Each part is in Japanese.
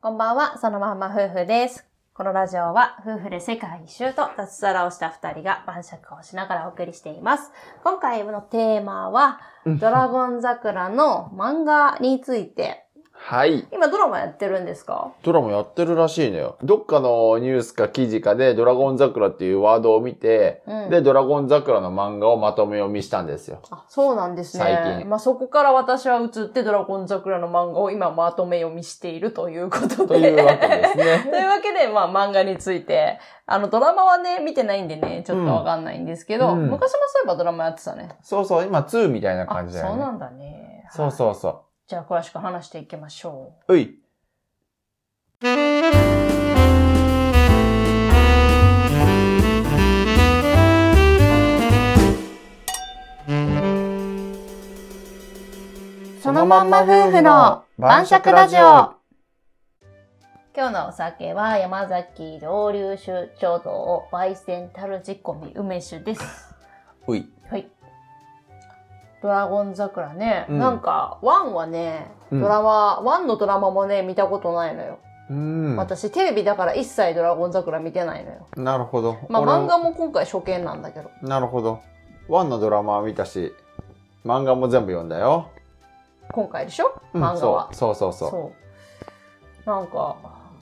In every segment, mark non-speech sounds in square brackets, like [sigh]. こんばんは、そのまんま夫婦です。このラジオは、夫婦で世界一周と脱サラをした二人が晩酌をしながらお送りしています。今回のテーマは、うんドラゴン桜の漫画について。はい。今ドラマやってるんですかドラマやってるらしいのよ。どっかのニュースか記事かでドラゴン桜っていうワードを見て、うんで、ドラゴン桜の漫画をまとめ読みしたんですよ。あそうなんですね。最近まあ、そこから私は移ってドラゴン桜の漫画を今まとめ読みしているということで。。というわけですね [laughs] というわけで、まあ漫画について、あのドラマはね、見てないんでね、ちょっとわかんないんですけど、うんうん昔もそういえばドラマやってたね。そうそう、今2みたいな感じだあよね。そうなんだね。そうう。そうそじゃあ詳しく話していきましょう。うい。う。今日のお酒は山崎蒸留酒調度を焙煎たる仕込み梅酒 [laughs] です。うい。はい。ドラゴン桜ね、うんなんか、ワンはね、うんドラマ、ワンのドラマもね、見たことないのよ。うん。私、テレビだから一切ドラゴン桜見てないのよ。なるほど。まあ、俺も漫画も今回初見なんだけど。なるほど。ワンのドラマは見たし、漫画も全部読んだよ。今回でしょうん漫画は。そうそうそうそうそう。なんか、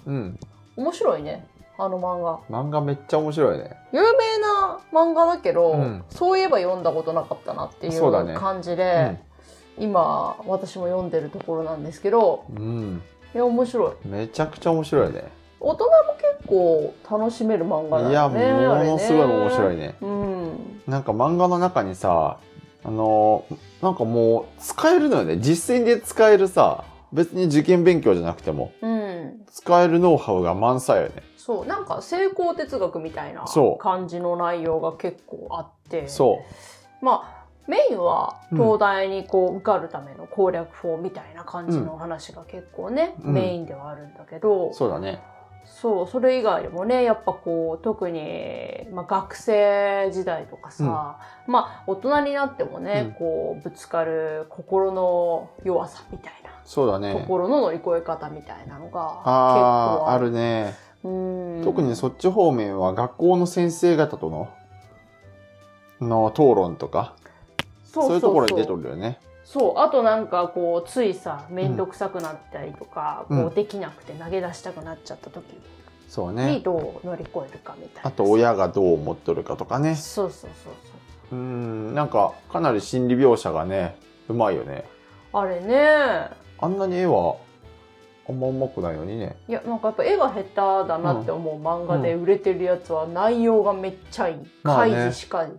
うん。面白いね、あの漫画。漫画めっちゃ面白いね。有名な漫画だけど、うんそういえば読んだことなかったなっていそうだうね感じで、今、私も読んでるところなんですけど、うん。いや、面白い。うん。めちゃくちゃ面白いね。大人も結構楽しめる漫画だいや、よもね。のすごい面白いね。ね。うん。なんか漫画の中にさ、あのーなんかもう使えるのよね。実践で使えるさ、別に受験勉強じゃなくても、うん。使えるノウハウが満載よね。そう。なんか成功哲学みたいなそう感じの内容が結構あって。そまあ、メインは東大にこう受かるための攻略法みたいな感じの話が結構ね、うんメインではあるんだけど、う。そうだね。そう、それ以外でもね、やっぱこう、特に、まあ、学生時代とかさ、まあ、大人になってもね、うんこう、ぶつかる心の弱さみたいな、そうだね。心の乗り越え方みたいなのが、結あ構あ、あある。るね。うん特にそっち方面は学校の先生方とのの討論とかそそういうところに出とる。るよね。そう、あとなんかこう、ついさ、めんどくさくなったりとか、うんこう、できなくて投げ出したくなっちゃった時そうにね。どう乗り越えるかみたいな。あと親がどう思っとるかとかね。そうそうそうそう。うん、なんかかなり心理描写がね、うまいよね。あれね、あんなに絵はあんまうまくないのにね。いやなんかやっぱ絵が下手だなって思う漫画で売れてるやつは内容がめっちゃいい。まあ開ね示しかり、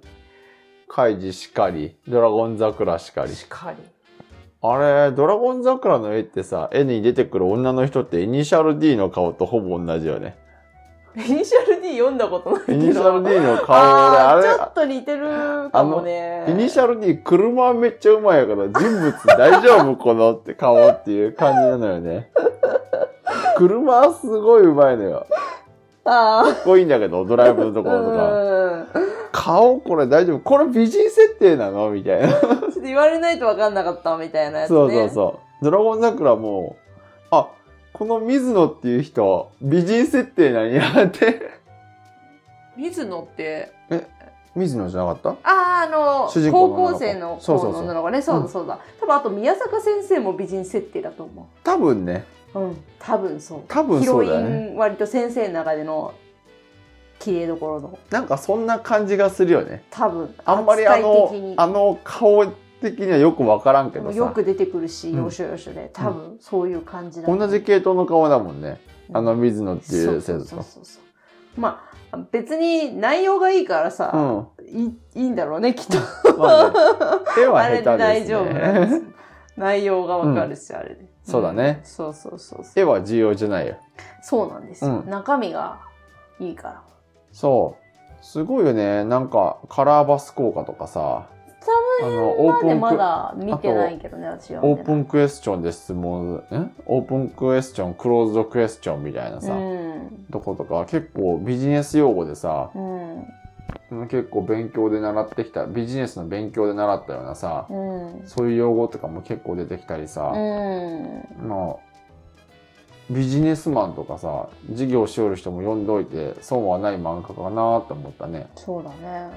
カイジしかり、ドラゴン桜しかり。しかり。あれ、ドラゴン桜の絵ってさ、絵に出てくる女の人ってイニシャル D の顔とほぼ同じよね。イニシャル D 読んだことないけイど。ニシャル D の顔、俺、ああーれ、ちょっと似てるかもね。イニシャル D、車めっちゃうまいやから、人物大丈夫このって顔っていう感じなの [laughs] よね。車すごいうまいのよ。あーかっこいいんだけど、ドライブのところとか。うん顔これ大丈夫これ美人設定なのみたいな。ちょっと言われないと分かんなかったみたいなやつ、ね。そうそうそう。ドラゴン桜も、あ、この水野っていう人、美人設定なんやって。水野って、水野じゃなかっあーあの主人公の高女の子校生のそう子のそうそう女の子ね。そううだんそうだ。多分あと宮坂先生も美人設定だと思た多分ね。う。うん、多分そう。多分ヒそロうイだよね。ン割と先生の中での綺麗どころのなんかそんな感じがするよね。多分あんまりあ扱い的のに、あの顔的にはよくわからんけでどもさ。よく出てくるしうん要所要所で多分そういう感じだと思同うじ系統の顔だもんね。あのうん水野っていそううそう生徒そうと。そうそうまあ別に内容がいいからうさ、ん。いいいいんだろうねきっとまあ [laughs] ね、絵はあれで下手で大す丈夫なんでね。す内容がわかるし、あれで [laughs] そうだねんそうそうそうそう絵は重要じゃないよ。そうなんですよ、うん中身がいいからそう。すごいよね。なんかカラーバス効果とかさ。あのオーまプでンまクだ見てないけどね私はオープンクエスチョンで質問、えオープンクエスチョン、クローズドクエスチョンみたいなさ、うんとことか、結構ビジネス用語でさ、うん結構勉強で習ってきた、ビジネスの勉強で習ったようなさ、うんそういう用語とかも結構出てきたりさ、うんまあ、ビジネスマンとかさ事業しおる人も読んどいて損はない漫画家かなって思ったねそうだね。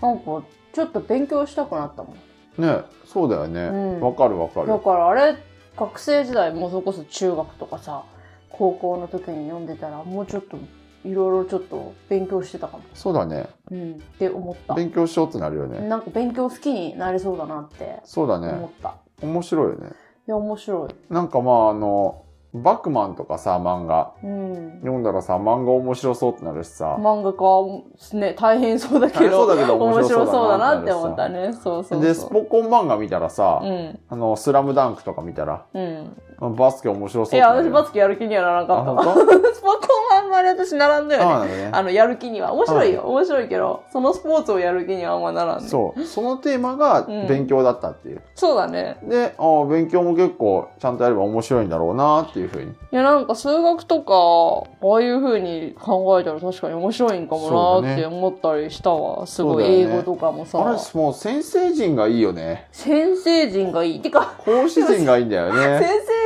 なんか、ちょっと勉強したくなったもん。ねそうだよねうんわ、かるわかだるからあれ、学生時代もそれこそ中学とかさ、高校の時に読んでたら、もうちょっと、いろいろちょっと勉強してたかも。そうだねうん。って思った。勉強しようってなるよねなんか勉強好きになれそうだなってそうだ思ねった。面白いよねいや、面白い。なんかまああのバックマンとかさ漫画うん。読んだらさ漫画面白そうってなるしさ漫画家、ね、大変そうだけ大変そど、うだけど面面白白そそううだだななっってて思思っったたね。そうそうそう。でスポコン漫画見たらさ、うん。あのスラムダンクとか見たらうん。あバスケ面白そうっいてや、なる私よバスケやる気にはならなあかった。本当スポコンはあんまり私ならんだよね。あなんだねあの、やる気には。面白いよ。面白いけど、そのスポーツをやる気にはあんまならんね。そうそうそのテーマがうん勉強だったっていう、だね。でああ勉強も結構ちゃんとやれば面白いんだろうなっていうふうにいや、なんか数学とか、ああいう風に考えたら確かに面白いんかもなーって思ったりしたわ。すごい、そうだよ英ね語とかもさ。あれもう先生陣がいいよね先生陣がいい。てか、講師陣がいいんだよね先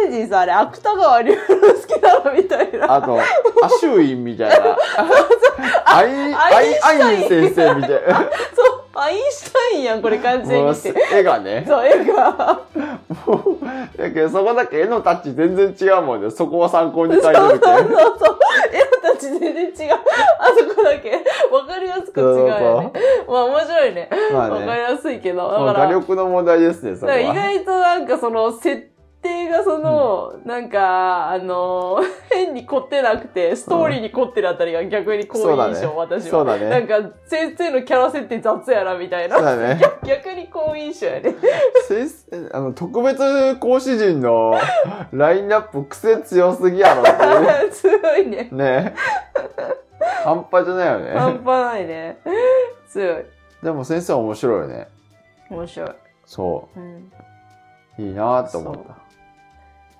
生陣さ、あれ、芥川龍之介なのみたいな。あと、アシュインみたいな。 [laughs] アイ、アアインシュイ、タイアンイン先生みたいな。そう、アインシュタインやん、これ完全もにうって。絵がね。そう、絵が。もうだけど、そこだけ絵のタッチ全然違うもんね。そこは参考に書いてるけそうど。そうそう。絵のたち全然違う。あそこだけ、わかりやすく違うよね。まあ、面白いね。まわあかりね。やすいけど。だもうか画ら、だ力の問題ですね、そかこらは。意外となんかその、設定がその、なんか、あの、 [laughs] 変に凝ってなくて、ストーリーに凝ってるあたりが逆に好そうだ印ね象、私。は。そうだなんね。か、先生のキャラ設定雑やな、みたいそうな。だね。逆に好印象 [laughs] やね。 [laughs] 先生、あの、特別講師陣のラインナップ癖強すぎやろっていすごいね。う。ね。半端じゃないよね半。端ないね。強い。でも先生は面白いよね。面白い。そうん。う。いいなと思った。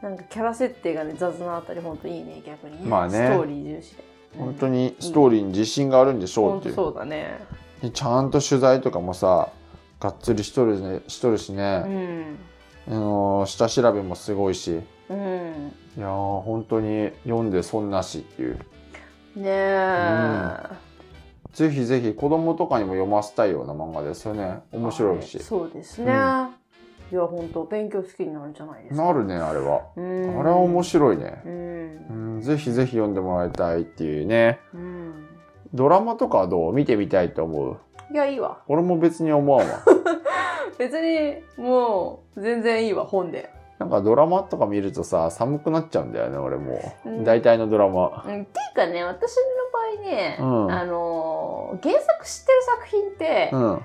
なんかキャラ設定がね、雑なあたり、ほんといいね、逆に、まあねストーリー重視で。本当にストーリーに自信があるんでしうんょうほっんてという、そうだね。でちゃんと取材とかもさがっつりしとる,、ね、しとるしうね、ん。あのー下調べもすごいしいうん。やー本当に読んで損なしっていうねえ。ぜひぜひ子供とかにも読ませたいような漫画ですよね面白いしあそうですね。うんいや、ほんと、勉強好きになるんじゃないですか。なるねあれは、うん。あれは面白いね、い。うんう。ん、ぜひぜひ読んでもらいたいっていうねうん。ドラマとかはどう見てみたいと思ういや、いいわ。俺も別に思わんわ別に、もう、全然いいわ、本で。なんかドラマとか見るとさ寒くなっちゃうんだよね俺も、うん大体のドラうマん、っていうかね私の場合ね、うんあのー原作知ってる作品って、あんまう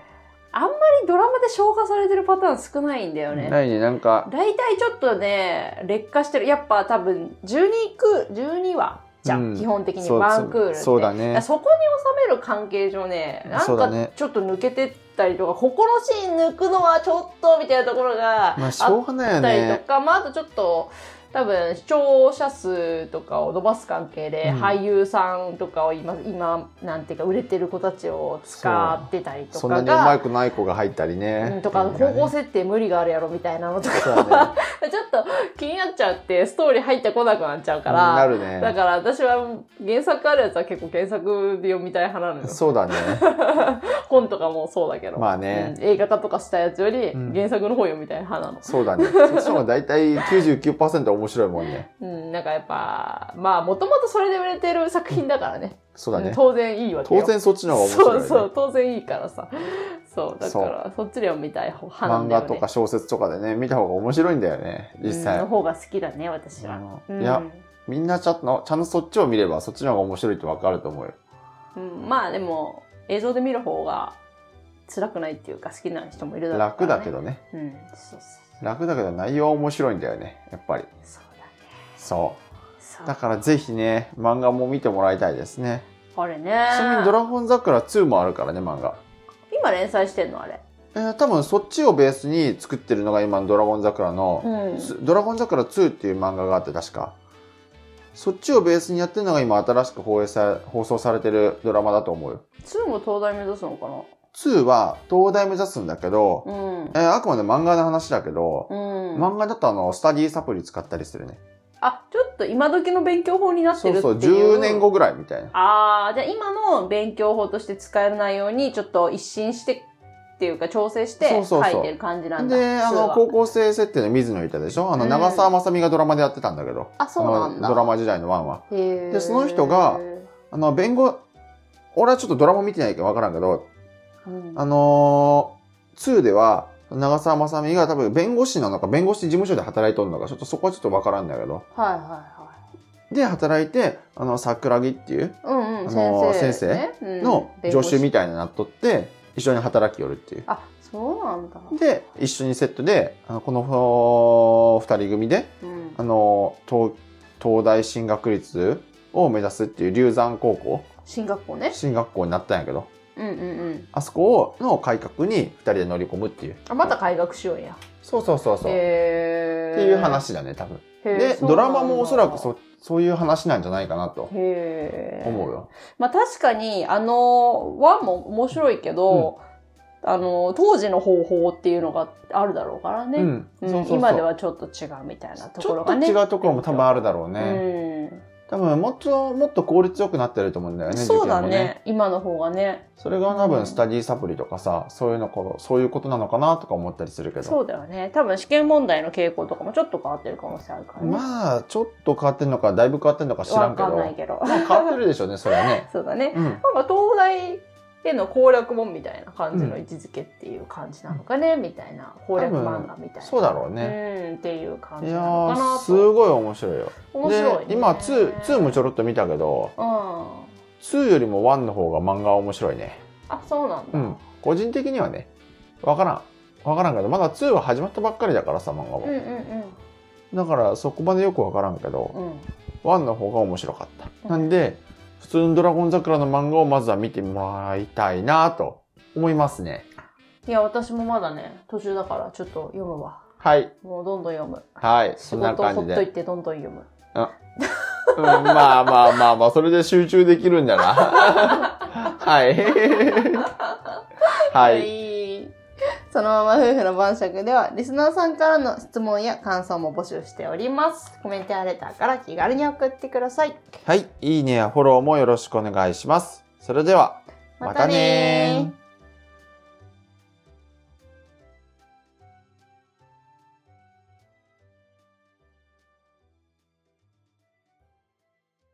りドラマで消化されてるパターン少ないんだよん。ね。ないね、なんか、大体ちょっとね劣化してるやっぱ多分12ク12話じゃん、うん基本的にそうワンクールってそうだだからね。そこに収める関係上ねなんそうだかねちょっと抜けてったりとか、ここのシーン抜くのはちょっとみたいなところがまあ、しあょうがないよったりとね。か、まあ、あとちょっと多分視聴者数とかを伸ばす関係で、うん俳優さんとかを今今なんていうか売れてる子たちを使ってたりとそんなかにうまが。くない子が入ったりうねん。とかってい高 [laughs] うの校がね設定無理があるやろみたいなのとかそうだちね。ょっと気になっちゃ [laughs] ってストーリー入ってこなくなっちゃうかなら、るだね。から私は原作あるやつは結構原作で読みたい派なのよそう [laughs] だね。本とかもそうだけど、まあねうん映画化とかしたやつよりうん原作の方読みたい派なの、そうだね。そっちの方が大体99%面白いもんね。うん、なんかやっぱまあもともとそれで売れてる作品だからねそうだうんね。当然いいわけよ当然そっちの方が面白いよそうね。そう当然いいからさそうだからそっちで読みたい方派な漫んだよ画ねとか小説とかでね、見た方が面白いんだよね。実うん際の。方が好きだね私は、ううんん、いや、みんなちゃんと、ちゃんとそっちを見れば、そっちの方が面白いってわかると思うよ。うん、まあでも映像で見る方が辛くないっていうか好きな人もいるだろう楽だけどどね。うんそうそうそう楽だけど内容は面白いんだよね。やっぱり。そうだねそう。そうだからぜひね、漫画も見てもらいたいですね。あれねちなみにドラゴン桜2もあるからね、漫画。今連載してんのあれえー多分そっちをベースに作ってるのが今のドラゴン桜の、んつドラゴン桜2っていう漫画があって確か。そっちをベースにやってるのが今新しく放映さ放送されてるドラマだと思うよ。 2も東大目指すのか2は東大目指すんだけど、なうんえーあくまで漫画の話だけど、うん、漫画だとあの、スタディサプリ使ったりするね。あ、ちょっと今時の勉強法になってそるうってい。そうう、10年。後ぐらいみたいな。ああ、じゃあ今の勉強法として使える内容にちょっと一新してっていうか調整してそう書そうそういてる感じなんだ。で、あ数の、は高校生設定の水野いたでしょあの、うん長澤まさみがドラマでやってたんだけど。あ、そうなんあのだ。ドラマ時代のワンは。へーでその人が、あの、弁護、俺はちょっとドラマ見てないからわからんけど、うんあのー、2では、長澤まさみが多分弁護士なのか、弁護士事務所で働いとるのか、ちょっとそこはちょっとわからんだけど。はいはいはで、働いて、あの、桜木っていうい。うんうん、あの先生、ね。うんの助手弁護士みたいになっとって、一緒に働きよるっていう。あ、そうなんだ。で、一緒にセットで、あのこの二人組で、うんあの東東大進学率を目指すっていう龍山高校進学校ね。進学校になったんやけどうんうんうん。あそこの改革に2人で乗り込むっていうあ、また改学しようや。そうそうそうそう、へーっていう。話だね多分へーでドラマもおそらく。うなんだそそういう話なんじゃないかなとへー思うよ、まあ確かに、あの、ワンも面白いけど、あの、当時の方法っていうのがあるだろうからね。うんうそんうそうそう今ではちょっと違うみたいなとちこょろっとがね。違うところも多分あるだろうね、うん。多分もっともっと効率よくなってると思うんだよねそうだ受験もね。今の方がね。それが多うん分スタディサプリとかさ、そういうのこそういうことなのかなとか思ったりするけどそうだよね。多分試験問題の傾向とかもちょっと変わってる可能性あるからね。まあちょっと変わってんのかだいぶ変わってんのか知らわんけどかんないけど。まあ変わってるでしょうね、それはね。 [laughs] そうだね。うん。なんか東大への攻略本みたいな感じの位置づけっていう感じなのかね、みたいな攻略漫画みたいな。そうだろうね。うんっていう感いじやなのかー、なすと。ごい面白いよ。面白い、ね。で、今2、2もちょろっと見たけど、うん。あ、 2よりも1の方が漫画は面白いね。そうなんだ。うん。個人的にはね、わからん。わからんけど、まだ2は始まったばっかりだからさ、漫画うんうんも。うんだからそこまでよくわからんけど、うん。 1の方が面白かっうた。んなんで、普通のドラゴン桜の漫画をまずは見てもらいたいなと思いますね。いや、私もまだね、途中だからちょっと読むわ。はい。もうどんどん読む。はい。仕そんな事を感ほじっでと。いてどんどん読む。うんまあまあまあまあ、それで集中できるんだな。 [laughs] はい。は。はいい。そのまま夫婦の晩酌では、リスナーさんからの質問や感想も募集しております。コメントやレターから気軽に送ってください。はい。いいねやフォローもよろしくお願いします。それでは、またねー。